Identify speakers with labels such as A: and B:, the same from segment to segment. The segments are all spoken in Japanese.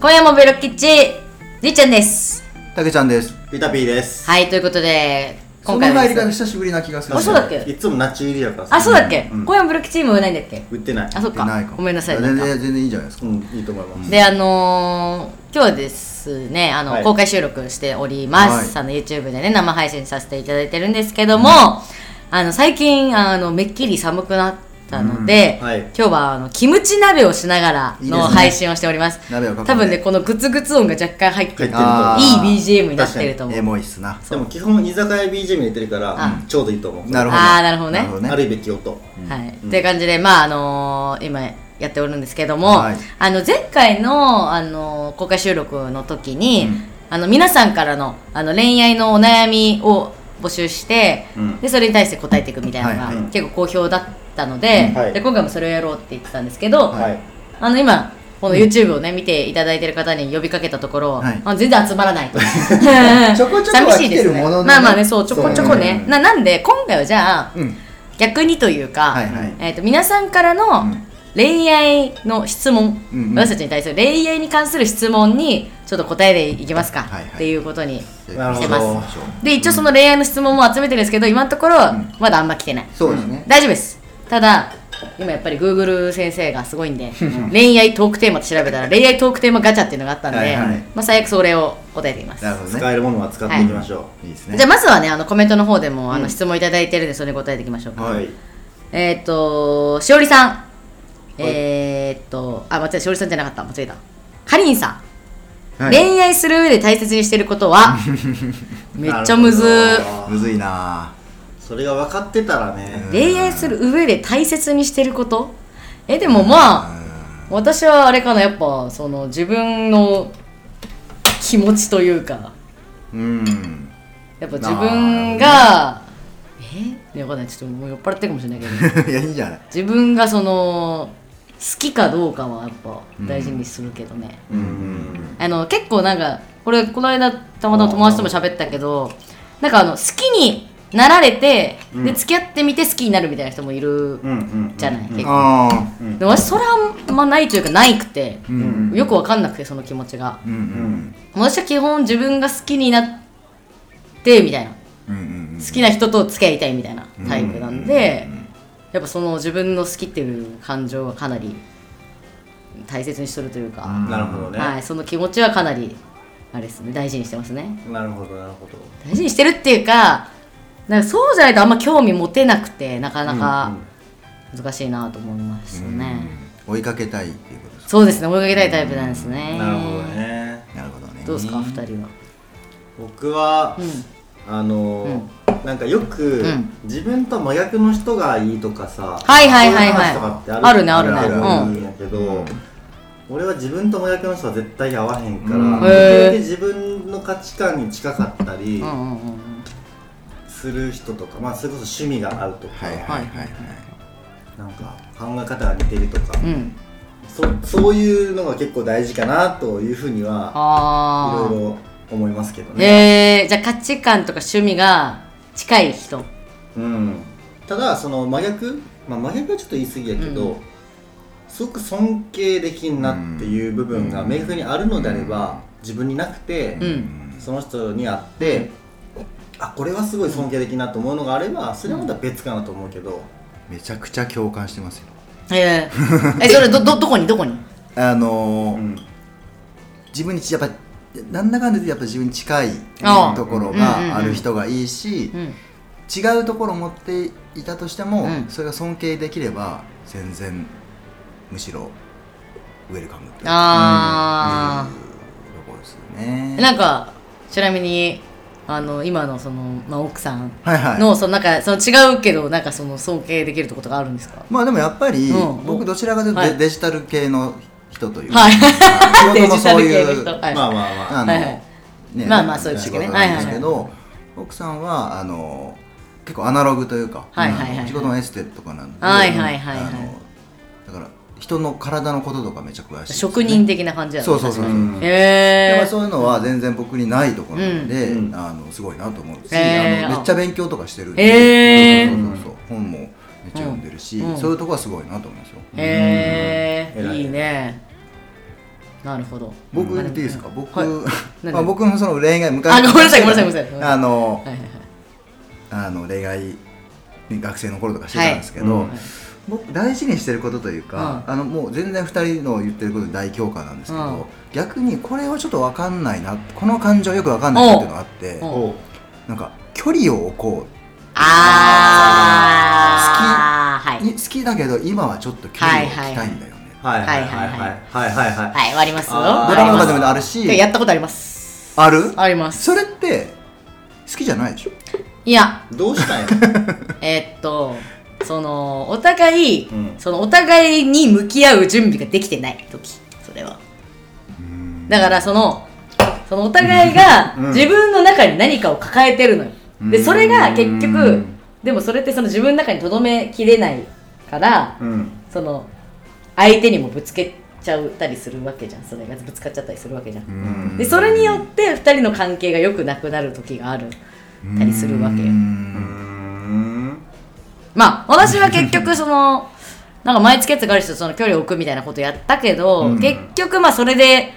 A: 今夜もベロッキッチりっちゃんです
B: たけちゃんです。
C: ピタピーです。
A: はいということで
B: そ
A: 今
B: の
A: 回はです
B: 入りが
A: ね
B: 久しぶりな気がする。
A: あそうだっけ
C: いつもナッチ入りやからさ
A: あそうだっけ、
C: うん
A: 今夜もベロッキッチも売れないんだっけ
C: 売ってない。
A: あそっか
B: ないかも
A: ごめんなさいな
B: 全
A: んか
B: 然全然いいじゃないですか。
C: うん、いいと思います。
A: であのー、今日はですねあの、
C: はい
A: 公開収録しております、あの YouTube でね生配信させていただいてるんですけども、あの最近あのめっきり寒くなったので、
C: うんはい
A: 今日はあのキムチ鍋をしながら
B: いいです
A: の
B: ね
A: 配信をしております
B: 鍋を囲んで
A: 多分ねこのグツグツ音が若干入ってると
B: あー
A: いい BGM になってると思う
B: エモいっすな。
C: でも基本居酒屋 BGM 入れてるから
A: う
C: ちょうどいいと思う。
B: なるほど。
A: あーなるほどね
C: あるべき音。
A: はい、という感じで、まああのー今やっておるんですけども、
B: はい
A: あの前回の、あのー公開収録の時に、
B: うん
A: あの皆さんからのあの恋愛のお悩みを募集して、
C: うん
A: でそれに対して答えていくみたいなのが、
B: はい
C: はい
A: 結構好評だったので,、
C: うんはい
A: で今回もそれをやろうって言ってたんですけど、
C: はい。
A: あの今この YouTube をね、見ていただいてる方に呼びかけたところ、
B: はい
A: あ全然集まらない と
B: ちょこちょこは来てるもののね
A: 寂しいですまあまあねそうちょこちょこね
B: そう
A: ななんで今回はじゃあ、
B: うん。
A: 逆にというか、
B: はいはい
A: えー、と皆さんからの
B: ん
A: 恋愛の質問、
B: うんうん
A: 私たちに対する恋愛に関する質問にちょっと答えていきますか、
B: はいはい
A: っていうことに
C: なる
A: し
C: ほ
A: て
C: ど
A: ますで一応その恋愛の質問も集めてるんですけど今のところ
B: ん
A: まだあんま来てない、
B: そうですね。
A: 大丈夫ですただ今やっぱり Google 先生がすごいんで恋愛トークテーマと調べたら恋愛トークテーマガチャっていうのがあったんで、
B: はいはい
A: まあ、最悪それを答えています
B: なるほど
C: 使
B: ね。
C: えるものは使っていきましょ
B: いいです
A: じゃあ
B: ね。
A: まずはねあのコメントの方でもあの質問いただいてるんでそれに答えていきましょう
C: う。
A: か、
C: はい。
A: えーっ、と、しおりさん。えーっ、と、あ、間違えた、しおりさんじゃなかった。間違えた。かりんさん、
B: はい
A: 恋愛する上で大切にしてること はめっちゃむず
C: なるほど
B: むずいな。
C: それが分かってたらね。
A: 恋愛する上で大切にしてることえ、でもまあ、私はあれかな、やっぱ、その、自分の気持ちというか、
B: うん。
A: やっぱ自分が、えねわかんない。ちょっともう酔っ払ってるかもしれないけど。
B: いやいいんじゃない。
A: 自分がその好きかどうかはやっぱ大事にするけどね、
C: うん。
A: あの結構なんかこれこの間たまたま友達とも喋ったけどなんかあの好きになられて、で付き合ってみて好きになるみたいな人もいる
C: うんうん。
A: じゃない、結構、
B: ああ。
A: でも私それはあんまないというかないくて、
B: ん
A: よくわかんなくてその気持ちが
B: うんうん
A: 私は基本自分が好きになってみたいな
B: うんうん
A: 好きな人と付き合いたいみたいなタイプなんで、やっぱその自分の好きっていう感情はかなり大切にしとるというか、
C: なるほどね。
A: はい、その気持ちはかなりあれですね大事にしてますね
C: なるほどなるほど。
A: 大事にしてるっていうかなんかそうじゃないとあんま興味持てなくてなかなか難しいなと思いますね、
B: 追いかけたいっていうことです
A: そうですね追いかけたいタイプなんですね、
C: なるほどね。
B: か。なるほどね。
A: どうですか二人は
C: 僕はあのなんかよく
A: うん
C: 自分と真逆の人がいいとかさ。
A: はいはいはいはい
C: そうう話とかって
A: あるねあるね
C: ある
A: うん
C: んやけど。俺は自分と真逆の人は絶対合わへんから、
B: うん
C: できるだけ自分の価値観に近かったり、
A: うんうんうん
C: する人とか、まあ、それこそ趣味が合うとか、
B: はいはいはいはい。
C: なんか考え方が似てるとか、
A: うんうん
C: そそういうのが結構大事かなというふうには
A: あ
C: い
A: あ
C: ろいろ思いますけど
A: え
C: ね、
A: ー、じゃあ価値観とか趣味が近い人
C: うん、ただその真逆、まあ、真逆はちょっと言い過ぎやけど、
A: う
C: すごく尊敬できんなっていう部分が
B: うん
C: 明確にあるのであれば、自分になくて、
A: うん
C: その人にあってあこれはすごい尊敬できんなと思うのがあればそれはまた別かなと思うけど、
B: めちゃくちゃ共感してますよ。
A: え ー、えそれどどどこにどこに
B: あのー
C: うん
B: 自分にやっぱなんだかんだでやっぱ自分に近い
A: ああ
B: ところ
A: うんうんうん
B: がある人がいいし、
A: うん
B: 違うところを持っていたとしても、
A: うん
B: それが尊敬できれば全然むしろウェルカムという
A: あー
B: ところですよね。
A: なんかちなみにあの今のその、まあ、奥さん
B: はいはい、
A: のそのなんかその違うけどなんかその尊敬できるとことがあるんですか
B: まあでもやっぱり、
A: うん
B: 僕どちらかというとデ,、
A: はい
B: ジタル系の人というか、
A: はい
B: 仕事
A: デ
B: も
A: ジタ
B: そう
A: ル系の
B: い
A: 人
B: う
A: はい
C: まあまあまあ
B: あの、
A: はいはい
B: ね
A: まあまあそういう時
B: 仕
A: 期ね
B: 事なんですけど、奥さんはあの結構アナログというか、
A: はいはいはい
B: あの仕事のエステとかなんで、
A: はいはいはいはい
B: あのだから人の体のこととかめちゃ詳しいですね、
A: 職人的な感じや
B: そうそうそう
A: 確か
B: うん
A: に
B: でま
A: へ
B: あ
A: え
B: そういうのは全然僕にないところなので、
C: うん
B: あのすごいなと思うし、
A: へー
B: あのめっちゃ勉強とかしてるん
A: へー
B: で、そうそうそうそう本もめっちゃ読んでるし、
A: うん
B: そういうとこはすごいなと思いますよ、
A: へ
C: うん
A: えいいねなるほど
B: 僕
A: うん
B: 言っていいですか僕、
A: はい
B: まあ、僕のその恋愛昔
A: あごめんなさいごめんなさいごめんなさい
B: あの
A: はいはいはい
B: あの恋愛学生の頃とかしてたんですけど、
C: はいうん
B: 僕大事にしてることというか、あのもう全然2人の言ってることに大共感なんですけど、
A: うん
B: 逆にこれはちょっと分かんないなこの感情よく分かんないなっていうのがあって
A: おう
C: おう
B: なんか距離を置こ
A: ああは
B: う、
A: い
B: い好きだけど今はちょっと距離を置きたいんだよね、
C: はいはいはい
A: はいはい
C: はいはいはい
A: はいありますよ
C: あー
B: ド
A: あ
B: ラ
A: り
B: マと
A: ま
B: か
A: す
B: でもあるし
A: やったことあります
B: ある
A: あります
B: それって好きじゃないでしょ
A: いや
C: どうしたんや
A: えーっとそのお互い、
C: うん
A: そのお互いに向き合う準備ができてない時それはだからそのそのお互いが
C: うん
A: 自分の中に何かを抱えてるのよ、
B: う
A: で
B: ん
A: それが結
B: う
A: 局
B: ん
A: でもそれってその自分の中にとどめきれないから
C: うん
A: その相手にもぶつけちゃったりするわけじゃんそれがぶつかっちゃったりするわけじゃん、
B: うん
A: でそれによって2人の関係が良くなくなる時があるたりするわけよ
B: うん
C: うん
A: まあ私は結局その なんか毎月やつがある人とその距離を置くみたいなことやったけど、
B: うん
A: 結局まあそれで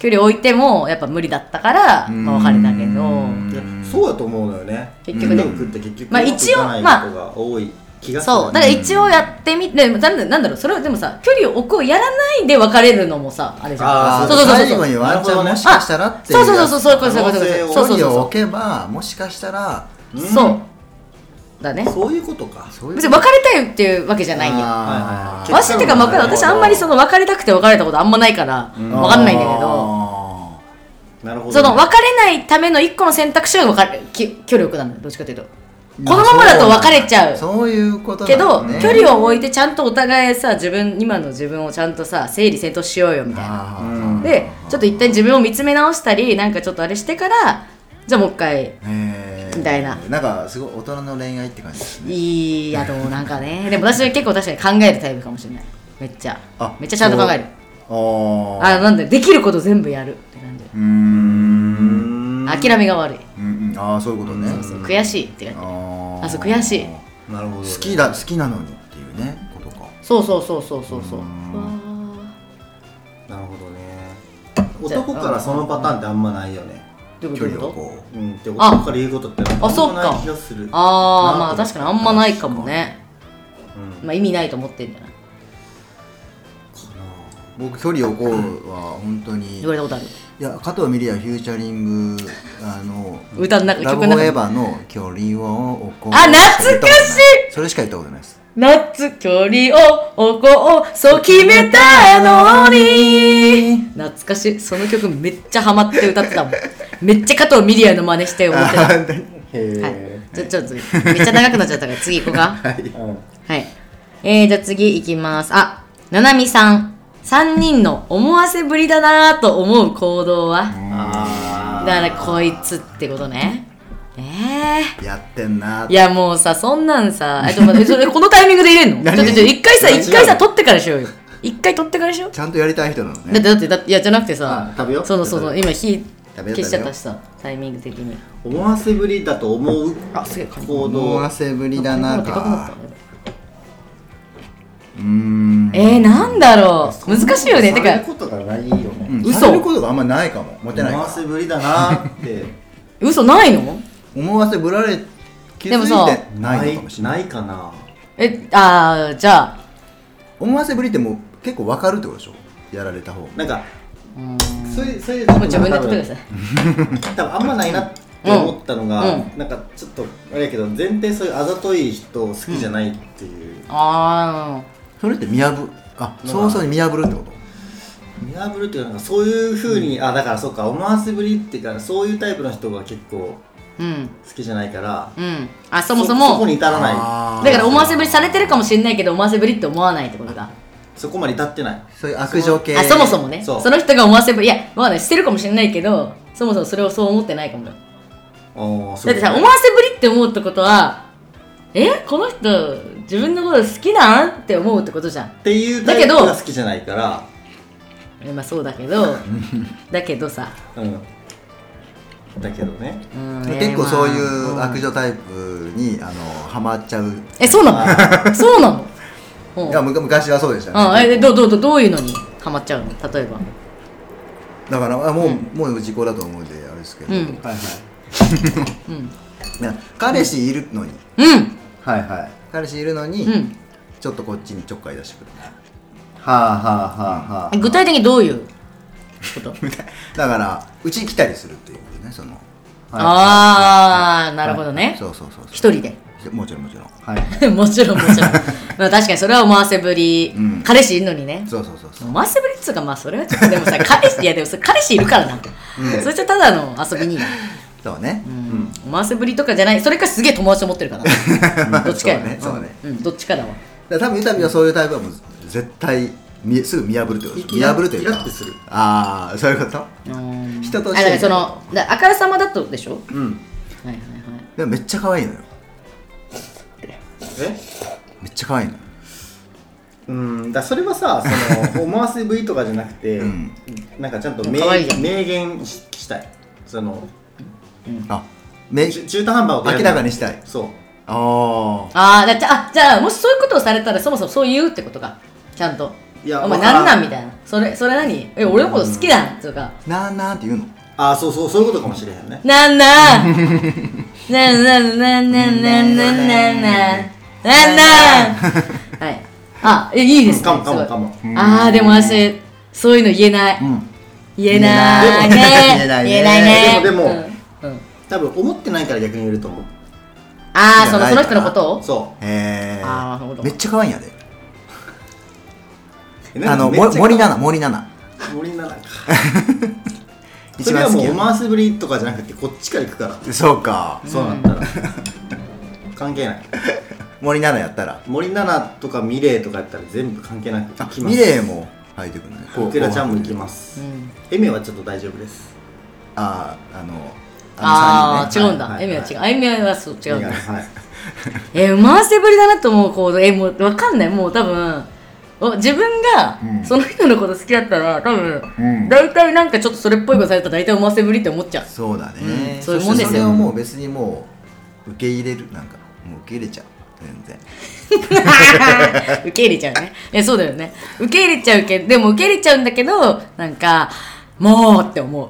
A: 距離を置いてもやっぱ無理だったから、まあ、別れたけど
B: うん
C: いやそうだと思うのよね
A: 結局ね
C: うんって結局
A: まあ一応
C: うまくいかないことが多い気がする
A: そうだから一応やってみてなんだなんだろうそれはでもさ距離を置くをやらないで別れるのもさあれじゃ
B: あ
A: ん
B: ー
A: そうそうそう
B: 最後に
A: そう
B: ワンチャンもしかしたらってい
A: そううそうそうそうそういうことそういうこと
C: 可能性を
A: そうそうそう
B: 距離を
A: そ
B: 置けばもしかしたら
A: う
C: うん
A: そうだね
C: そういうことか
B: そういう
A: 別に別れたいっていうわけじゃないよ
B: あー
C: はいはいはい
A: 私っていうか、まあ、
C: 結果論は
A: 私あんまりその別れたくて別れたことあんまないから
C: うん
A: 分かんないんだけど
B: あ
C: なるほど
A: その
C: わ
A: 別れないための一個の選択肢が別れき距離を置くなのよどっちかというとこ
B: ー
A: のままだと別れちゃう
B: そういうこと
A: けど、
B: なんだね
A: 距離を置いてちゃんとお互いさ自分今の自分をちゃんとさ整理整頓しようよみたいな
B: あ
C: うん
B: ー
A: でちょっと一旦自分を見つめ直したりなんかちょっとあれしてからじゃあもう一回
B: へー
A: みたいな
B: なんかすごい大人の恋愛って感じですね
A: いいやろうなんかね でも私は結構確かに考えるタイプかもしれないめっちゃ
B: あ
A: めっちゃちゃんと考える
B: あー
A: あなんでできること全部やるって感じ
B: うーん
A: 諦めが悪い
B: うんうんああそういうことね
A: そうそう悔しいって感じ
B: あー
A: あそう悔しい
C: なるほどね
B: 好きだ好きなのにっていうねことか
A: そうそうそうそうそうそう
B: う
A: わ
C: なるほどね男からそのパターンってあんまないよね
A: ーどういう
B: 距
A: こと
B: 離
A: どういうこ
B: をこう
C: うんって男から言うことってあん
A: あそっ
C: ま
A: か
C: ない気がする
A: とああ
C: な
A: まあ確かにあんまないかもね
C: うん
A: まあ意味ないと思ってんじゃない
B: 僕距離をこうは本当に
A: 言われたことある
B: いや加藤ミリアフューチャリングあの
A: 歌の中
B: ラ
A: 曲
B: ブホ
A: の中
B: エ
A: で
B: ヴァの距離を置こう
A: あ懐かしい
B: それしか言ったことない です
A: 夏距離を置こうそう決めたのに懐かしいその曲めっちゃハマって歌ってたもんめっちゃ加藤ミリアの真似して思って たはい
C: へ
A: じゃちょっとめっちゃ長くなっちゃったから次行こうか
C: えうん
A: はい。えー、じゃあ次いきます。あ、ななみさん。3人の思わせぶりだなぁと思う行動は
C: あ
A: だ
C: ー
A: からこいつってことね。え
B: やってんな
A: ー。いやもうさ、そんなんさ、えちょっと待って、それこのタイミングで入れんのちょっとちょっと一回さ、
C: 何
A: 一回さ、取ってからしようよ。一回取ってからしよう。
B: ちゃんとやりたい人なの
A: だっ
B: ね
A: てだって、だって、いやじゃなくてさ
C: あ、食べよう
A: そのその、今火
B: 食べよう
A: 消しちゃったしさ、タイミング的に。
C: 思わせぶりだと思う
A: あ、すげえ、カ
C: 行
B: 思
C: 動
B: わせぶりだな
A: でかくなった
B: か。うーん
A: えー、なんだろう。難しいよね。て
C: さ
A: か
C: れる、ことがないよね
B: うん
A: 嘘
B: されることがあんまないかもモテない
C: 思
B: か
C: わ
B: ら
C: せぶりだなって
A: 嘘ないの
B: 思わせぶられ気づ
A: でもさ
B: いてないのかもしれない
C: ないかな
A: え、あー、じゃあ、
B: 思わせぶりってもう結構わかるってことでしょやられた方
C: なんか
A: うん
C: それそれちょ
A: もう
C: っと
A: 自分で撮ってください。
C: 多分あんまないなって思ったのが、
A: うん
C: なんかちょっとあれやけど前提そういうあざとい人好きじゃないっていう、
A: あ
B: それって見破あ早々に見破るってこと
C: 見破るっていうかなんかそういうふうに、あだからそうか思わせぶりっていうかそういうタイプの人が結構
A: あ、うん、
C: 好きじゃないから
A: うん。あ、そもそ
C: そこ
A: も、
C: に至らない
B: あー
A: だから思わせぶりされてるかもしれないけど、思わせぶりって思わないってことだ。
C: そこまで至ってない
B: そういう悪女系
A: あ、そもそもね。
C: そ
A: そうの人が思わせぶり、いや、わかんない、してるかもしれないけど、そもそもそれをそう思ってないかもよ。
C: おーそ
A: だ
C: う
A: ってさ、思わせぶりって思うってことは、えこの人、自分のこと好きなんって思うってことじゃん。
C: っていうタイプが好きじゃないから
A: えまあそうだけ ど、だけどさ、
C: うんだけどね
A: うん
B: 結構そういう悪。
A: えーまあん
B: 女タイプにあのハマっちゃう
A: え、そうなのそうなのうん
B: いやむか昔はそうでした
A: うん、
B: ね
A: え、どう、どう、どうどういうのにハマっちゃうの例えば
B: だからあもう、もう時効だと思うんであれですけど、
A: うん
C: はいはい
A: うん
B: な彼氏いるのに
A: うん
C: はいはい
B: 彼氏いるのに、
A: うん
B: ちょっとこっちにちょっかい出してくる
C: はあはあはあはあ
A: 具体的にどういうこと
B: だからうちに来たりするっていうことねその
C: は
A: ああなるほどね
B: そうそうそうそう
A: 一人で
B: もちろんもちろん
C: いはい
A: もちろんもちろ んまあ確かにそれは思わせぶり
B: うん
A: 彼氏いるのにね
B: そうそうそうそう
A: 思わせぶりっつうかまあそれはちょっとでも さ彼氏いやでもそれ彼氏いるからなそれじゃただの遊びに
B: そうね、
A: うん思わせぶりとかじゃないそれかすげえ友達と思ってるから などっちかやな
B: そうね
A: うんうんどっちかだわ
B: だから多分ゆたびはそういうタイプはもう絶対見すぐ見破るってことでしょ
C: イ
B: 見
C: ラ
B: 破るというか
C: イラってする
B: ああそういうこと
A: うん
B: 人と
A: あ
B: して
A: だからそのだあからさまだとでしょはい
C: うん
A: はいはい
B: でもめっちゃ可愛いのよ
C: え
B: めっちゃ可愛いのよ
C: うんだからそれはさそ の思わせぶりとかじゃなくて、
B: ん
C: なんかちゃんと
A: もう
C: 明
A: 可愛いじゃん
C: 明言ししたいその
B: あめ
C: ちゅ中途半端をやる
B: 明らかにしたい
C: そう
B: ああ
A: あーだじゃあじゃあもしそういうことをされたらそもそもそう言うってことかちゃんと
C: いや
A: お前
C: わか
A: なん
C: らん
A: なんみたいなそれそれ何え俺のこと好きなんと か
B: なんなんって言うの
C: ああそうそうそういうことかもしれへんね
A: なんなんなんなんなんなんなんなんなんなんなんなんはいあえいいですね
C: かもか
A: すご
C: も
A: い
C: かも
A: あーでも私そういうの言えない
B: うん
A: 言えないね
B: 言えない
A: 言えないね
C: でもでも
A: うんうん
C: 多分思ってないから逆に言えると思う
A: ああその
B: じゃない
A: その人のことを
C: そ
B: へえ
A: あーなるほど
B: めっちゃ可愛いんやで
C: うえ
B: あの
C: めっちゃ
B: も森七菜森七菜
C: 森ならかそ
B: 一
C: れ
B: 番
C: は
B: 好
C: も
B: き
C: う
B: や
C: 思わせぶりとかじゃなくてこっちから行くから、
B: そうか
C: そうなったら関係ない
B: 森七菜やったら
C: 森七菜とかミレーとかやったら全部関係なく行
B: あ
C: きま
B: ミ
C: す
B: レーも入ってくるね
C: イクラちゃんも行きま
A: う
C: す
A: ん
C: エミはちょっと大丈夫です
B: あああの
A: あ
B: の
A: あ
B: 三
A: 違
B: 人
A: うん
C: は
A: だ
C: い
A: エミは違うあエミはそう違うんだ
C: はい
A: えー、回せぶりだなと思う行動えー、もう分かんないもう多分お自分が
B: うん
A: その人のこと好きだったら多分、
B: うん
A: 大体なんかちょっとそれっぽいことされたら大体思わせぶりって思っち ゃう
B: そうだ
A: う
B: ね、
A: んそういうもんですよ
B: そしてそれをもう別にもう受け入れるなんかもう受け入れちゃう全然
A: 受け入れちゃうねえそうだよね受け入れちゃうけどでも受け入れちゃうんだけどなんかもうって思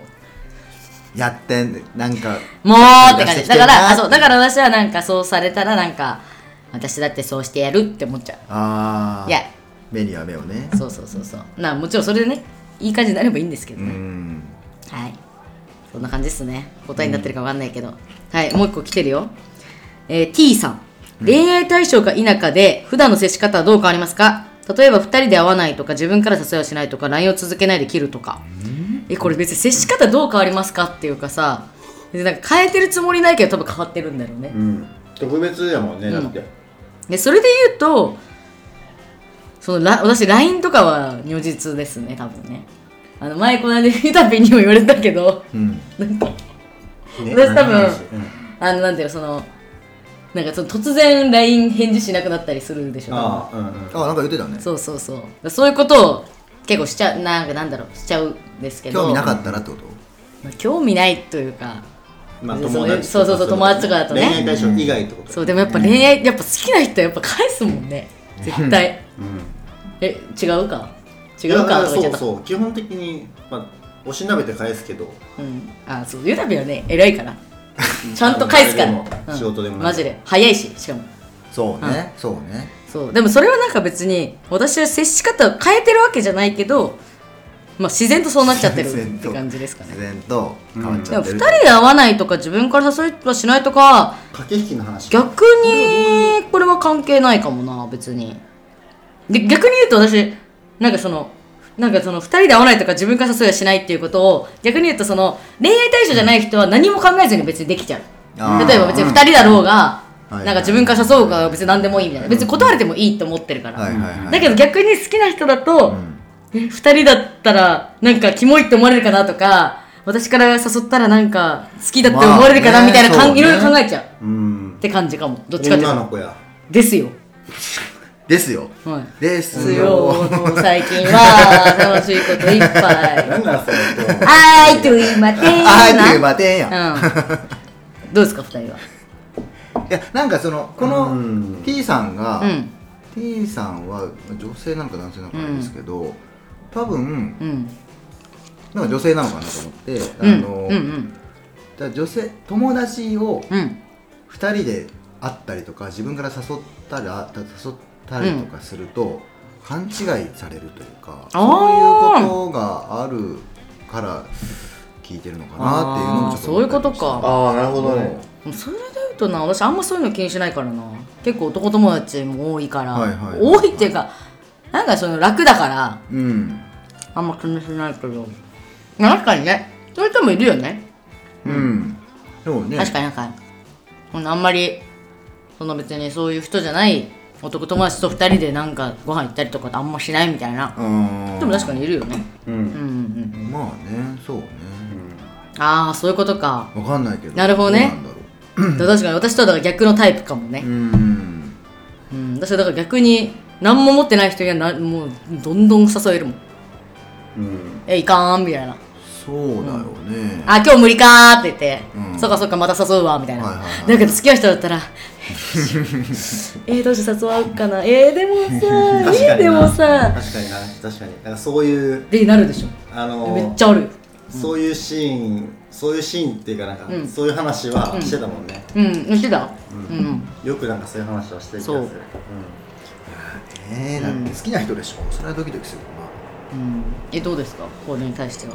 A: う
B: やってんなんか
A: もうって感じだからあそうだから私はなんかそうされたらなんか私だってそうしてやるって思っちゃ
B: ああ
A: いや
B: 目には目をね
A: うそうそうそうそうなもちろんそれでねいい感じになればいいんですけど
B: う
A: ね、
B: ん
A: はい。そんな感じですね。答えになってるかわかんないけど。はい、もう一個来てるよ。えー T さん。恋愛対象か否かで、普段の接し方はどう変わりますか例えば、二人で会わないとか、自分から誘いをしないとか、LINE を続けないで切るとか。え、これ別に接し方どう変わりますかっていうかさ、別になんか変えてるつもりないけど、多分変わってるんだろうね
C: う。ん特別やもんねだって
A: で、それで言うと、そのら私 LINE とかは如実ですね多分ねあの前この間見たびにも言われたけど
B: うん
A: なんか
C: ね
A: 私多分
C: うん
A: あのなんていうのそのなんかその突然 LINE 返事しなくなったりするでしょ
C: ああうんうん
B: あなんか言ってたね
A: そうそうそうだからそういうことを結構しちゃうなんかなんだろうしちゃうんですけど
B: 興味なかったらってこと
A: まあ興味ないというか
C: まあ
A: そう
C: 友達
A: そうそうそう友達とかだとね
C: 恋愛対象以外ってこと
A: そうでもやっぱ恋愛、やっぱ好きな人はやっぱ返すもんね絶対
C: うん
A: え違うか違
C: いや
A: うか
C: だら
A: とか言っちゃ
C: そ
A: っ
C: う
A: た
C: そう基本的にまあおしなべて返すけど
A: うん、あそうゆたびはね偉いからちゃんと返すから
C: あのあれでも
A: うん
C: 仕事でもない
A: マジで早いししかも
B: そうねそうね
A: そうでもそれはなんか別に私は接し方を変えてるわけじゃないけど、まあ、自然とそうなっちゃってる
B: 自然
A: って
B: と
A: 感じですかね
B: 自然と変わっち
A: で
B: ゃ
A: も2
B: ってる
A: 人で会わないとか自分から誘いはしないとか
C: 駆け引きの話
A: 逆にこれは関係ないかもな別にで逆に言うと私なんかそのなんかその2人で会わないとか自分から誘いはしないっていうことを逆に言うとその恋愛対象じゃない人は何も考えずに別にできちゃう
B: あー
A: 例えば別に2人だろうが、
B: うんはい
A: なんか自分から誘うか別に何でもいいみたいな別に断れてもいいと思ってるから、
B: はいはいはい
A: だけど逆に好きな人だと、
B: ん
A: え2人だったらなんかキモいって思われるかなとか私から誘ったらなんか好きだって思われるか
B: ま
A: な
B: あね
A: みたいなかん、
B: そうね
A: いろいろ考えちゃう
C: うん
A: って感じかもどっちかっていう
C: 女の
A: と
C: 子や
A: ですよ
B: ですよ
A: はい
B: です
A: 強
B: よ
A: い最近は楽しいこといっぱい
C: なんなんそれ今日
A: あいという間で
B: あーっていうバテンやん
A: うんどうですか2人はい
B: やなんかそのこの
C: うん
B: T さんが、
A: うん
B: T さんは女性なのか男性なのかあれですけど、多分
A: うん
B: なんか女性なのかなと思って、
A: う
B: あ
A: ん
B: の、
A: うんうん
B: だから女性友達を
A: うん
B: 2人で会ったりとか自分から誘ったら誘ったりとかすると、勘違いされるというか
A: あ
B: そう
A: ー
B: いうことがあるから聞いてるのかなっていうのもちょっ
A: あー
B: と思ったりもした
A: そういうことか
C: ああなるほどね
A: もうそれで言うとな私あんまそういうの気にしないからな結構男友達も多いから、
B: はいはい
A: 多いっていうかなんかその楽だから
B: うん
A: あんま気にしないけど確かにねそういう人もいるよね
B: うんでもね
A: 確かになんかほんあんまりその別にそういう人じゃない男友達と2人でなんかご飯行ったりとかってあんましないみたいな
B: うん
A: でも確かにいるよね
C: う
A: うんう
C: ん
A: んうん
B: まあねそうね
A: ああそういうこと か
B: わかんないけど
A: なるほどね
B: うなんだろ
A: 確かに私とはだから逆のタイプかもね
B: ううん
A: うん、私はだから逆に何も持ってない人にはなもうどんどん誘えるもん
C: うん
A: えいかーんみたいな
B: そうだよね、
A: あ今日無理かーって言って、
B: うん
A: そっかそっかまた誘うわみたいな、
B: はいはいはい
A: だけど付き合う人だったらえー、どうして誘わうかなえー、でもさ
C: 確
A: え
C: か
A: ー、で
C: に
A: も
C: な
A: さ
C: 確かにな確かになんかそういう
A: でなるでしょ
C: あの
A: めっちゃある
C: そういうシーンそういうシーンっていうかなんか、
A: うん
C: そういう話はしてたもんね、
A: うん言ってたうん、
C: よくなんかそういう話はしてる気がす
A: そう
C: る
B: えー、だって好きな人でしょそれはドキドキするよな
A: うん、えどうですかこれに対しては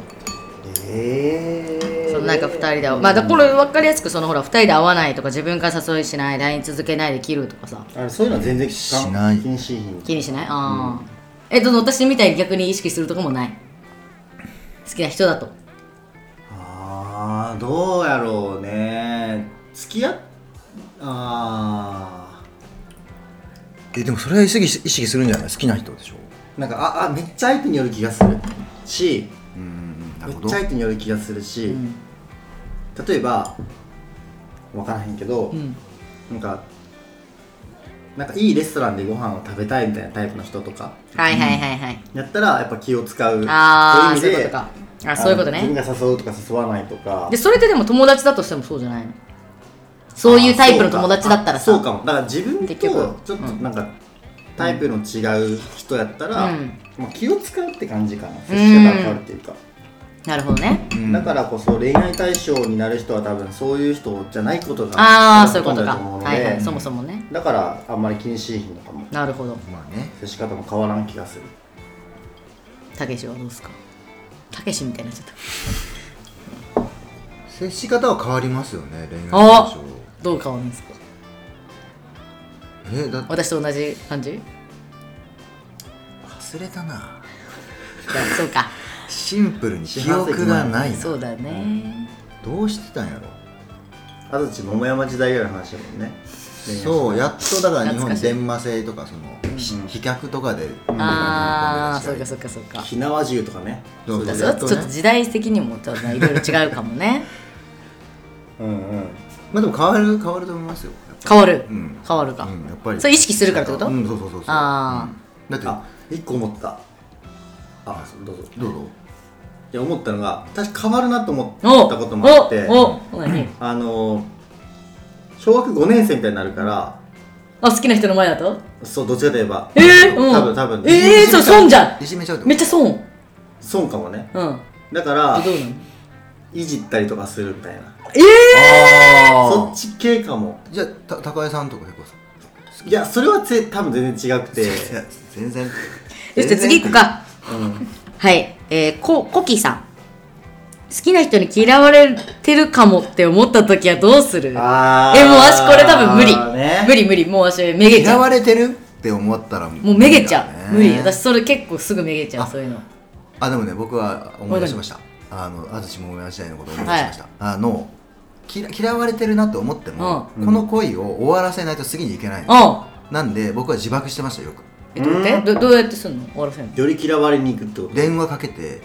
C: ええ
A: そのなんか2人で、まあだこれ分かりやすくそのほら2人で会わないとか自分から誘いしない LINE 続けないで切るとかさ
C: あれそういうのは全然し
B: しない
C: 禁止品
A: 気にしないああ、えどの私みたいに逆に意識するとこもない好きな人だと
C: ああどうやろうね付き合っあ
B: えでもそれは意識し意識するんじゃない好きな人でしょ
C: ーなんかああめっちゃ相手による気がするし
B: うんな
C: め
B: る
C: っ
B: ほ
C: ちゃ
B: ど
C: 相手による気がするし、
A: うん
C: 例えば分からへんけど、
A: うん
C: なんかなんかいいレストランでご飯を食べたいみたいなタイプの人とか
A: はいはいはいはい、
C: やったらやっぱ気を使う
A: ああ
C: と
A: そう
C: い
A: いうう
C: 意
A: こ
C: 味
A: と
C: で
A: かあそういうこと
C: 自
A: ね
C: 分が誘うとか誘わないとか
A: でそれってでも友達だとしてもそうじゃないのそういうタイプの友達だったらさ
C: あそうかもだから自分と
A: 結
C: ちょ
A: 局
C: っとなんか、タイプの違う人やったら、
A: うん
C: まあ、気を使うって感じかな接し方が変わるっていうか、
A: なるほどね
B: うん
C: だからこそ恋愛対象になる人は多分そういう人じゃないことが
A: ああそうい
C: ほ
A: うこと
C: んどだ
A: か
C: と思うので
A: はいはいそもそもね
C: だからあんまり気にしいひんのかも
A: なるほど
B: まあね
C: 接し方も変わらん気がする
A: たけしはどうですかたけしみたいになっちゃった
B: 接し方は変わりますよね恋愛
A: あ
B: 対象
A: どう変わるんですか
B: えだって
A: 私と同じ感じいや
B: 忘れたな
A: そうか
B: シンプルに記憶がないな
A: そうだね
B: どうしてたんやろ
C: 安土桃山時代ぐらいの話だもんね
B: そうやっとだから日
A: 懐
B: 本
A: か
B: に
A: しい
B: 電話制とかそのひ飛脚とかで
A: ああそうかそうかそうか
C: 火縄銃とかね
B: そう
A: じゃあ
B: そう
A: それ
B: や
A: は
B: っ
A: ち
B: と
A: ょっと
B: ね
A: 時代的にもちょっといろいろ違うかもね
C: うんうん
B: まあでも変わる変わると思いますよやっぱ
A: 変わる、
B: うん
A: 変わるか、
B: うんやっぱり
A: それ意識するからってこと
B: うんそうそうそうそう
A: あ
B: うんだっ
C: あ一個思ったあどうぞ
B: てどうぞ
C: いや思ったのが私変わるなと思
A: お
C: ったこともあって
A: おお 何
C: あの小学5年生みたいになるから
A: あ好きな人の前だと
C: そうどちらかといえば
A: えー、うん
C: 多分多分
A: えー、そう損じゃん
B: いじめちゃうってこと
A: めっちゃ損うん
C: 損かもね
A: えどうな
C: だから
A: の
C: いじったりとかするみたいな
A: ええ
B: あー
C: そっち系かも
B: じゃあた高江さんとか結構さ
C: いやそれはぜ多分全然違くて
B: いや 全然
A: ー、よしじゃあ次行くか
C: うん
A: はいえー、こコキさん好きな人に嫌われてるかもって思った時はどうするえもう
C: あー
A: 私これ多分無理、
C: ね
A: 無理無理もう私めげち
B: 嫌
A: ゃう
B: われてるって思ったらも
A: もうめげちゃう無理
B: だね
A: 私それ結構すぐめげちゃうそういうの
B: あでもね僕は思い出しましたあの安土桃山時代のことを思い出しました、あの嫌嫌われてるなと思っても、
C: うん
B: この恋を終わらせないと次に行けないの、
A: うん
B: なんで僕は自爆してましたよく
A: えどうやってどどうやってすんの終わらせんの
C: より嫌われに行くってこと
B: 電話かけて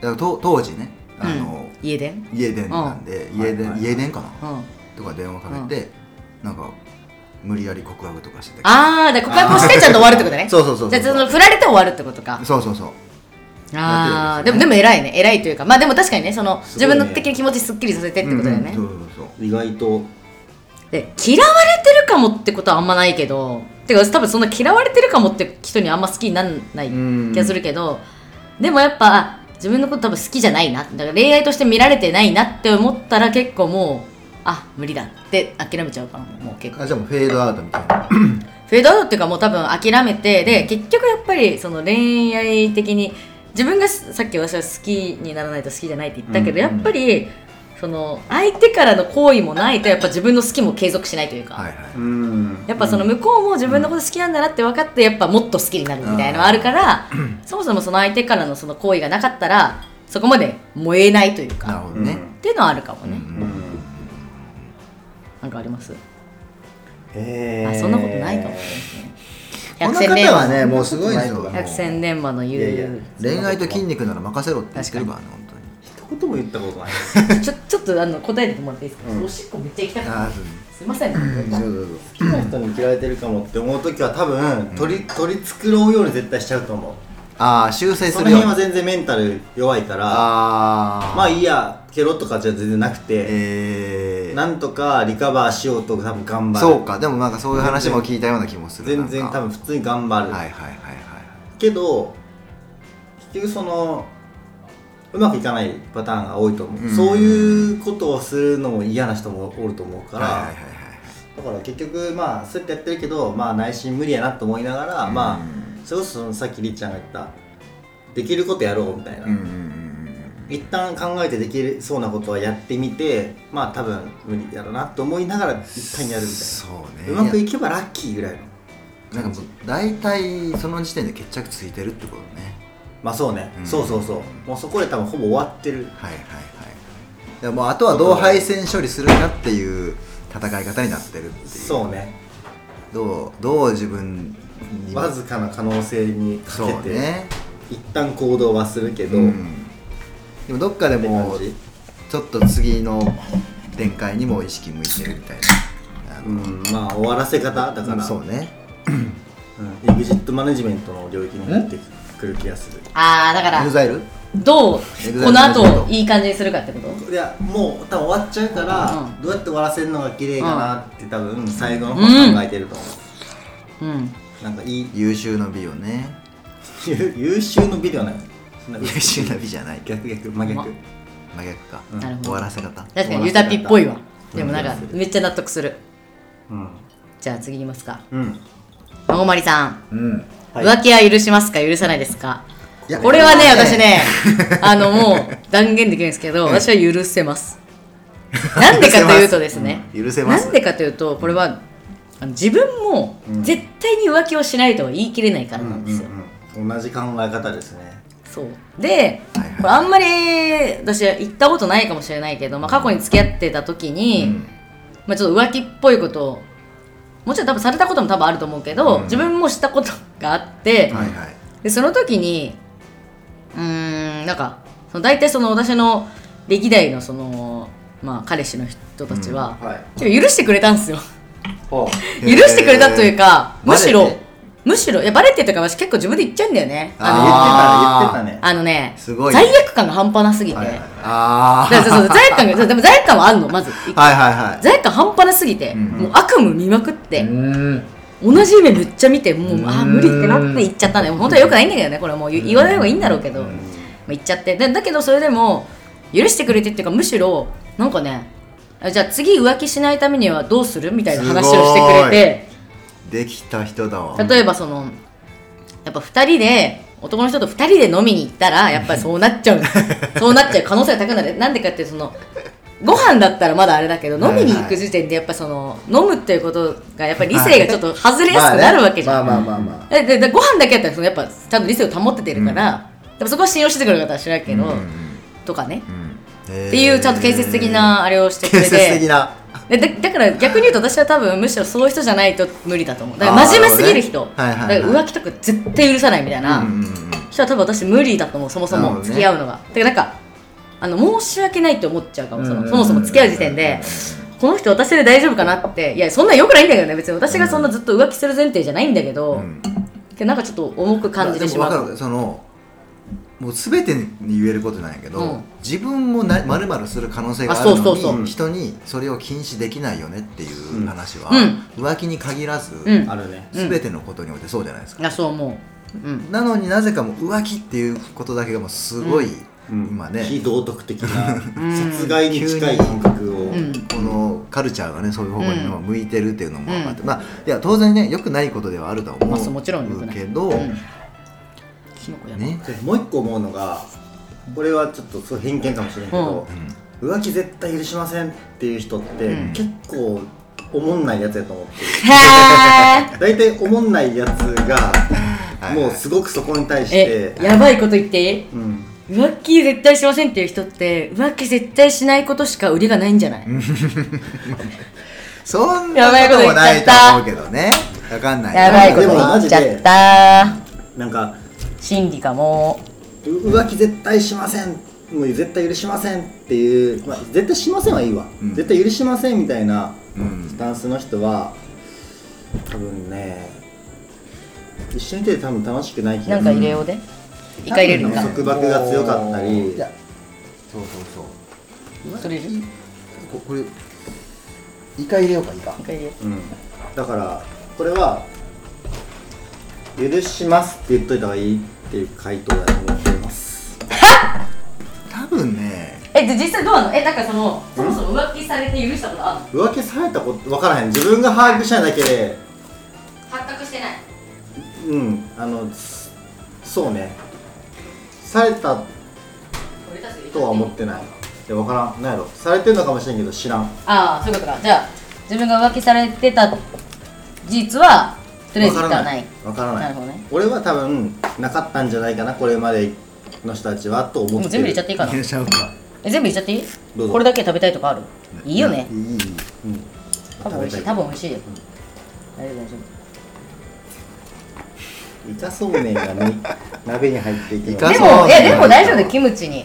B: だからと当時ねあの、
A: 家電
B: 家電なんで、
C: ん
B: 家電、
C: はいはい
B: 家電かな、
A: うん
B: とか電話かけて、なんか無理やり告白とかしてた
A: ああだから告白をしてちゃんと終わるってことね
B: そうそうそう
A: じ
B: そ
A: ゃ
B: う
A: あその振られて終わるってことか
B: そうそうそう
A: ああで
B: やってるんですよね
A: もでも偉いね偉いというかまあでも確かにねその
C: す
A: 自
C: ごいね
A: 分の的な気持ちすっきりさせてってことだよね、
B: うんうんそうそうそう
C: 意外と
A: で嫌われてるかもってことはあんまないけどてか私多分そんな嫌われてるかもって人にあんま好きになんない気がするけど、でもやっぱ自分のこと多分好きじゃないなだから恋愛として見られてないなって思ったら結構もうあ無理だって諦めちゃうかももう結構
B: あじゃあもうフェードアウトみたいな
A: フェードアウトっていうかもう多分諦めてで結局やっぱりその恋愛的に自分がすさっき私は好きにならないと好きじゃないって言ったけど、
B: うんうん
A: やっぱりその相手からの好意もないとやっぱ自分の好きも継続しないというか、
B: はいはい
C: うん
A: やっぱその向こうも自分のこと好きなんだなって分かってやっぱもっと好きになるみたいなのはある から、そもそもその相手からのその好意がなかったらそこまで燃えないという
B: なる
A: か
B: ほどね、
A: っていうのはあるかもね、
B: うん
A: なんかあります、
C: え
A: あそんなことないかもしれない
B: この
A: ですね百戦錬
B: 方は
A: 磨
B: ねもうすごいですよ
C: もう
A: 百戦錬磨の言う
C: いやいや
B: 恋愛と筋肉なら任せろって言ってるからね本当に
C: 一言も言ったことない
A: ちょちょっとあの答えてもらっていいですか、
C: うん
A: おしっこめっちゃ行きたかっ
B: ああそう
A: たすいません、
B: ねそうそうそう
C: 好きな人に嫌われてるかもって思う時は多分取り取り繕うように絶対しちゃうと思う
B: ああ修正
C: そ
B: す
C: の
B: るよう
C: 辺
B: に
C: は全然メンタル弱いから
B: ああ
C: まあいいやケロとかじゃ全然なくて、
B: えー
C: なんとかリカバーしようと多分頑張る
B: そうかでもなんかそういう話も聞いたような気もする
C: 全然
B: なん
C: 多
B: か
C: 分普通に頑張る、
B: はいはいはい
C: けど結局そのうまくいかないパターンが多いと思う、
B: うん
C: そういうことをするのも嫌な人もおると思うから、
B: はいはいはいはいはい
C: だから結局まあそうやってやってるけどまあ内心無理やなと思いながら、まあそれこそそのさっきりっちゃんが言ったできることやろうみたいな、
B: うんうんうんうん
C: 一旦考えてできるそうなことはやってみてまあ多分無理やろなと思いながら一旦やるみた
B: そうね
C: いなうまくいけばラッキーぐらいの
B: なんかもう大体その時点で決着ついてるってことね
C: まあそうね、
B: うん
C: そうそうそうもうそこで多分ほぼ終わってる
B: はいはいはいでもうあとはどう配線処理するかっていう戦い方になってるっていう
C: そうね
B: どうどう自分に
C: わずかな可能性にかけ
B: そう
C: て、
B: ね
C: 一旦行動はするけど、
B: うんでもどっかでも
C: っ
B: う
C: て感じ
B: ちょっと次の展開にも意識向いてるみたいなあ
C: う
B: の
C: んまあ終わらせ方だから、
B: そうね
C: うん、エグジットマネジメントの領域になってくる気がする
A: ああだか
B: エグ
A: ら
B: ザイル
A: どう
B: ル
A: この後いい感じにするかってこと
C: いやもう多分終わっちゃうから、
A: うん
C: どうやって終わらせるのが綺麗かなって多分最後の方考えてると思う、
A: うん
C: なんかいい
B: 優秀の美をね
C: 優優秀の美ではないそんな
B: 優秀な美じゃない
C: 逆逆真逆、
A: ま
B: 真逆か、
C: うん
A: なるほど
B: 終わらせ方
A: 確かにユタピっぽいわ
C: うん
A: でもなんかめっちゃ納得する
C: うん
A: じゃあ次いきますか
C: うん
A: まごまりさん
B: うん
C: はい
A: 浮気は許しますか許さないですか
B: いや
A: これはね
B: これはね
A: 私ねあのもう断言できるんですけど私は許せますなんでかというとですね
B: 許せます
A: なんでかというとこれはあの自分も
C: うん
A: 絶対に浮気をしないとは言い切れないからなんですよ、
C: うんうん同じ考え方ですね
A: そうで、
B: はいはい
A: これあんまり私は言ったことないかもしれないけど、まあ、過去に付き合ってた時に、
B: うん
A: まあ、ちょっと浮気っぽいことをもちろん多分されたことも多分あると思うけど、
B: うん
A: 自分もしたことがあって、
B: はいはい
A: でその時にうーんなんかその大体その私の歴代のその、まあ、彼氏の人たちは、
C: はい
A: 結構許してくれたんですよ
C: ほ
A: 許してくれたというか
B: へー
A: むしろ
B: バレて
A: むしろいやバレてとか私結構自分で言っちゃうんだよねあの
B: あー
C: あ言ってた言ってたね
A: あのね、
B: すごいね
A: 罪悪感が半端なすぎて、
C: はいはいはい
B: あ
A: だからそうそう
B: あ
A: 罪悪感が、そうでも罪悪感はあるの、まず。
B: はいはいはい
A: 罪悪感半端なすぎて、
B: ん
A: もう悪夢見まくって、
B: うん
A: 同じ夢めっちゃ見て、もう、
B: うん
A: ああ、無理ってなって言っちゃったんだよ。本当は良くないんだけどね、これはもう言言わない方がいいんだろうけど、まあ、言っちゃって。でだけど、それでも、許してくれてっていうか、むしろ、なんかね、あじゃあ次浮気しないためにはどうするみたいな話をしてくれて、
B: できた人だわ
A: 例えばそのやっぱ2人で男の人と2人で飲みに行ったらやっぱりそうなっちゃうそうなっちゃう可能性が高くなるなんでかっていうとそのご飯だったらまだあれだけど飲みに行く時点でやっぱその飲むっていうことがやっぱり理性がちょっと外れやすくなるわけじゃん、
C: まあねまあまあまあ
A: でででご飯だけやったらそのやっぱちゃんと理性を保っててるから、でもそこは信用してくれる方は知らんけど、
B: うんうん
A: とかね、
B: うん
A: っていうちゃんと建設的なあれをしてくれ
B: 建
A: て
B: 設的な
A: でだだから逆に言うと私は多分むしろそういう人じゃないと無理だと思うだから真面目すぎる人、
B: あーなるほどねはいはいは
A: だから
B: い
A: 浮気とか絶対許さないみたいな、
B: うんうんうん
A: 人は多分私無理だと思うそもそ
B: なるほ
A: も
B: どね
A: 付き合うのが、だからなんかあの申し訳ないって思っちゃうかもそのそもそも付き合う時点でこの人私で大丈夫かなっていやそんな良くないんだけどね別に私がそんなずっと浮気する前提じゃないんだけど、
B: うん
A: けどなんかちょっと重く感じてしま
B: いやでも
A: う
B: 分かるそのもう全てに言えることなんやけど、
A: うん
B: 自分もなまるまるする可能性があるのに
A: あそうそうそう
B: 人にそれを禁止できないよねっていう話は、
A: うん
B: 浮気に限らず、
A: うん
C: あるね
B: 全てのことにおいてそうじゃないですか、
A: いやそう思ううん
B: なのになぜかもう浮気っていうことだけがもうすごい、
C: うん
B: 今ね
C: 非道徳的な
A: うん
C: 殺害に近い感覚を、
A: うん
B: このカルチャーがねそういう方向に
A: うん
B: 向いてるっていうのもあって、
A: うん
B: まあいや当然ね良くないことではあるとは
A: まあそう
B: 思
A: もちろん良く
B: う
A: ない
B: けど、
A: うんキノコ やば
B: ね、
C: もう一個思うのがこれはちょっとすごい偏見かもしれんけど、浮気絶対許しませんっていう人って、
A: うん
C: 結構おもんないやつやと思ってる
A: へー
C: 大体おもんないやつが
B: い
C: もうすごくそこに対して
A: え、やばいこと言っていい
C: うん、
A: 浮気絶対しませんっていう人って浮気絶対しないことしか売りがないんじゃない、
B: そんなこともないと思うけどねわかんない
A: やばいこと
C: でも
A: 言
C: マ
A: っ
C: ジ
A: ち
C: で
A: ゃった
C: なんか
A: 心理かも
C: 浮気絶対しませんもう絶対許しませんっていう、まあ、絶対しませんはいいわ、
B: うん
C: 絶対許しませんみたいな
B: うん
C: スタンスの人は多分ね一緒にいて多分楽しくない気
A: な
C: が
A: ん
C: す
A: か
C: る
A: 入れようで一回入れるんだ
C: 多分束縛が強かったり
B: いやそうそうそう
A: それいる
B: ここれイカ入れようかイカ
A: 一回入れよう
C: うん、だからこれは「許します」って言っといた方がいいっていう回答だと思っています
B: 多分ね
A: えで実際どうなのえなんかそのそもそも浮気されて許したことあるの
C: 浮気されたこと分からへん自分が把握しないだけで
A: 発覚してない
C: うんあのすそうねされた
A: 俺たち
C: とは思ってないいや分からんなんやろされてるのかもしれんけど知らん
A: ああそういうことかじゃあ自分が浮気されてた事実はとりあえず一旦
C: 分から
A: ない
C: 分からない
A: なるほどね
C: 俺は多分なかったんじゃないかなこれまでの人たちはと思ってる
A: もう全部入れちゃっていいかな
B: 入れちゃうか
A: え全部入れちゃっていい
C: どうぞ
A: これだけ食べたいとかあるいいよね
B: いいいい
C: うん
A: 多分美味しい多分美味しいよ大丈夫大丈
C: 痛そうめんが ね鍋に入っていくの
A: 夫
B: 痛あ
A: で
B: そうなん
A: もい
B: だ
A: やでも大丈夫でキムチに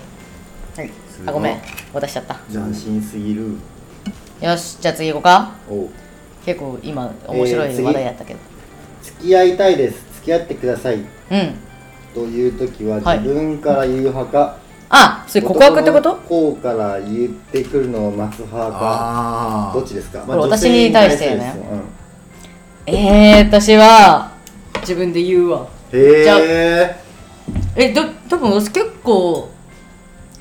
A: はい
B: す
A: あ
B: ごい
A: ごめん渡しちゃった
C: 斬新すぎる
A: よしじゃあ次行こうか
C: おう
A: 結構今面白
C: えー
A: い
C: 次
A: 話題やったけど、
C: 付き合いたいです付き合ってください
A: うん
C: という時は
A: はい
C: 自分から言う派か、
A: あそれ告白ってこと
C: こうから言ってくるのを待つ派か
B: あ
C: どっちですか、
A: これ
C: 女性
A: 私に対してね
C: 対ですようん
A: えー、私は自分で言うわ
C: へ
A: じゃ
C: え
A: えど多分私結構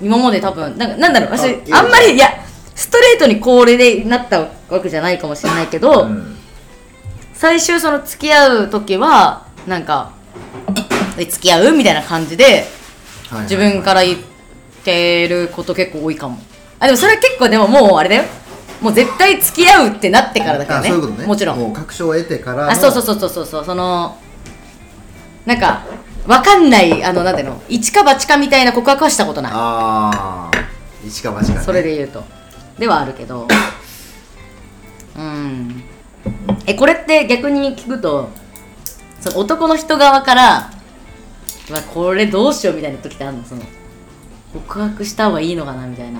A: 今まで多分なんかなんだろう
C: あ
A: 私
C: いいです
A: あんまりいやストレートにこれでなったわけじゃないかもしれないけ
B: あ
A: ど、
B: うん
A: 最終その付き合う時はなんかえ付き合うみたいな感じで
B: はいはいはい
A: 自分から言ってること結構多いかもあでもそれは結構でももうあれだよもう絶対付き合うってなってからだからね
B: あそういうことね
A: もちろん
B: もう確証を得てからの
A: あそうそうそうそうそうそうそのなんかわかんないあのなんていうの一か八かみたいな告白はしたことな
B: ああ一か八か、ね、
A: いそれで言うとではあるけどうんえこれって逆に聞くとその男の人側からうわこれどうしようみたいな時ってあるのその告白した方がいいのかなみたいな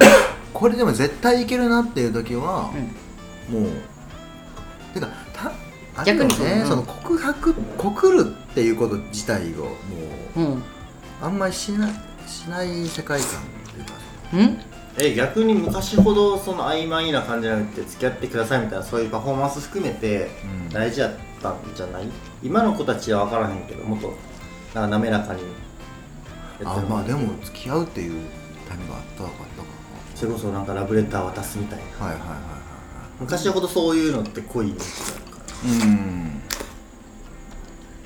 B: これでも絶対いけるなっていう時は、もうてかたあれよ
A: 逆に
B: ね、
A: うん
B: その告白告るっていうこと自体をも
A: う
B: うんあんまりしなしない世界観というか
A: うんん
C: え逆に昔ほどその曖昧な感じじゃなくて付き合ってくださいみたいなそういうパフォーマンス含めて
B: うん
C: 大事やったんじゃない、今の子たちは分からへんけどもっとなんか滑らかにやって
B: あ
C: る
B: まあでも付き合うっていうタイミングがあったのか
C: それこそなんかラブレター渡すみたいな
B: あったかはいはいは
C: 昔ほどそういうのって濃いイメージがあるから
B: いはいうん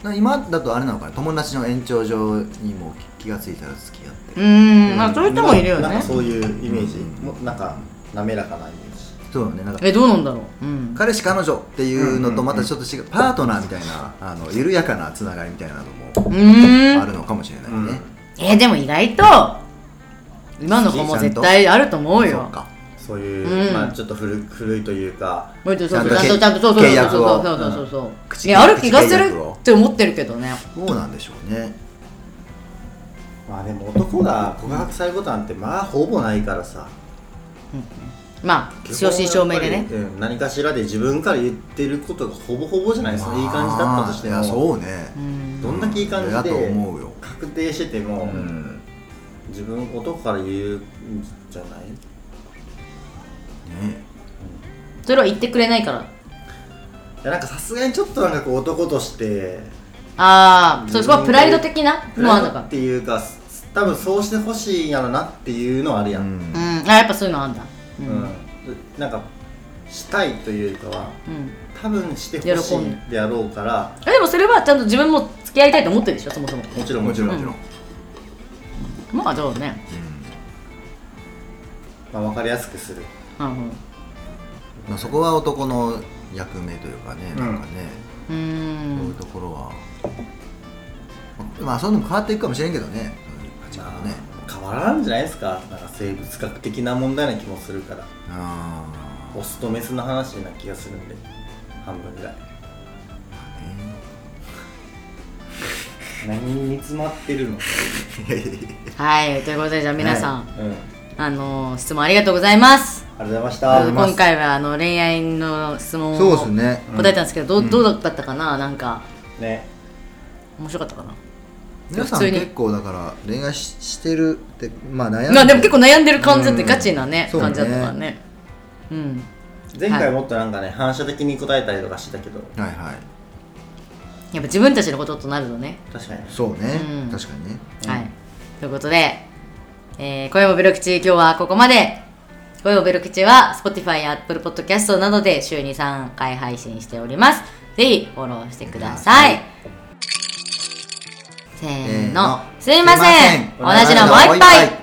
B: な今だとあれなのかな友達の延長上にも気がついたら付き合って
A: う
B: る、
A: ーんまあそういう人もいるよ
C: なん
A: ね
C: かそういうイメージ、
B: うん
C: もなんか滑らかなイメージ
B: そうだねなんか
A: えどうなんだろううん
B: 彼氏彼女っていうのとまたちょっと違うパートナーみたいなあの緩やかなつながりみたいなのも
A: うーん
B: あるのかもしれないね、
C: うん
A: えーでも意外と今の子も絶対あると思う
B: そ
A: よ
B: う。か
C: そういう、
A: うん
C: まあちょっと古古いというか
A: もうちょっとそう
B: ちゃんと
A: そうちゃんとそうそう
B: 契約
A: そう
B: を
A: そうそうそうそう
B: 口
A: いやある
B: 口
A: 気がす
B: 契
A: る
B: 約を
A: って思ってるけどね。
B: どうなんでしょうね
C: まあでも男が告白されることなんてまあほぼないからさ
A: まあ正真正銘で
C: やっ
A: ね
C: ぱ。りうん、何かしらで自分から言ってることがほぼほぼじゃないですかいい感じだったとして
B: いや
C: も
B: そうね
A: うん
C: どんだけいい感
B: だ
C: じ
B: と
C: で
B: 思うよ、
C: 確定してても、
B: うん
C: 自分男から言うんじゃない
B: ね、
A: それは言ってくれないから。
C: いやなんかさすがにちょっとなんかこう男として
A: ああそこはプライド的な
C: プ
A: も
C: ラ
A: あ
C: イ
A: る
C: ド
A: の
C: っ
A: か
C: ていうかす多分そうしてほしいんやろなっていうのはあるや、
B: うん
A: うん
B: ん
A: あやっぱそういうのあんだう
C: うんん
A: うん
C: なんかしたいというかは多分してほしいんであろうから
A: えでもそれはちゃんと自分も付き合いたいと思ってるでしょそもそも
C: もちろん
B: も
C: も
B: ち
C: ち
B: ろ
C: ろ
B: ん
C: ん、
B: もちろん
A: まあそうね
C: まあ、分かりやすくする
A: うん
B: まあ、そこは男の役目というかね、なんかね、
A: う
B: そうい
A: ん
B: うところは、まあ、そういうのも変わっていくかもしれんけどね、価値観もね。
C: 変わらんじゃないですかなんか生物学的な問題な気もするから
B: あ
C: オスとメスの話な気がするんで半分ぐらい何に煮詰まってるの
A: はいということでじゃあ皆さん、
C: うん
A: あのー質問ありがとうございます
C: ありがとうございまし
A: という
C: た
A: ことで今回はあの恋愛の質問
B: ー
A: を
B: そうです
A: 答
B: ね。
A: えたんですけど、どうどうだったかななんか
C: ね
A: 面白かったかな
B: 皆さん
A: 普通に
B: 結構だから恋愛ししてるって、まあ悩んで
A: まあでも結構悩んでる感じだって
B: うん
A: ガチなね
B: そうね
A: 感じだったからねうん
C: 前回もっとなんかね反射的に答えたりとかしてたけど
B: はいはい。
A: やっぱ自分たちのこととなるとね、
C: 確かに
B: そうね、
A: うん
B: 確かにね。
A: はいということで、えー、声もベロ口今日はここまで声もベロ口は Spotify や Apple Podcast などで週に3回配信しておりますぜひフォローしてください、
B: は
A: せーの、
B: せ
A: す
B: ーの
A: いません
B: すい
A: 同
B: ません
A: じのもう一
B: 同じのもう一
A: 杯
B: 杯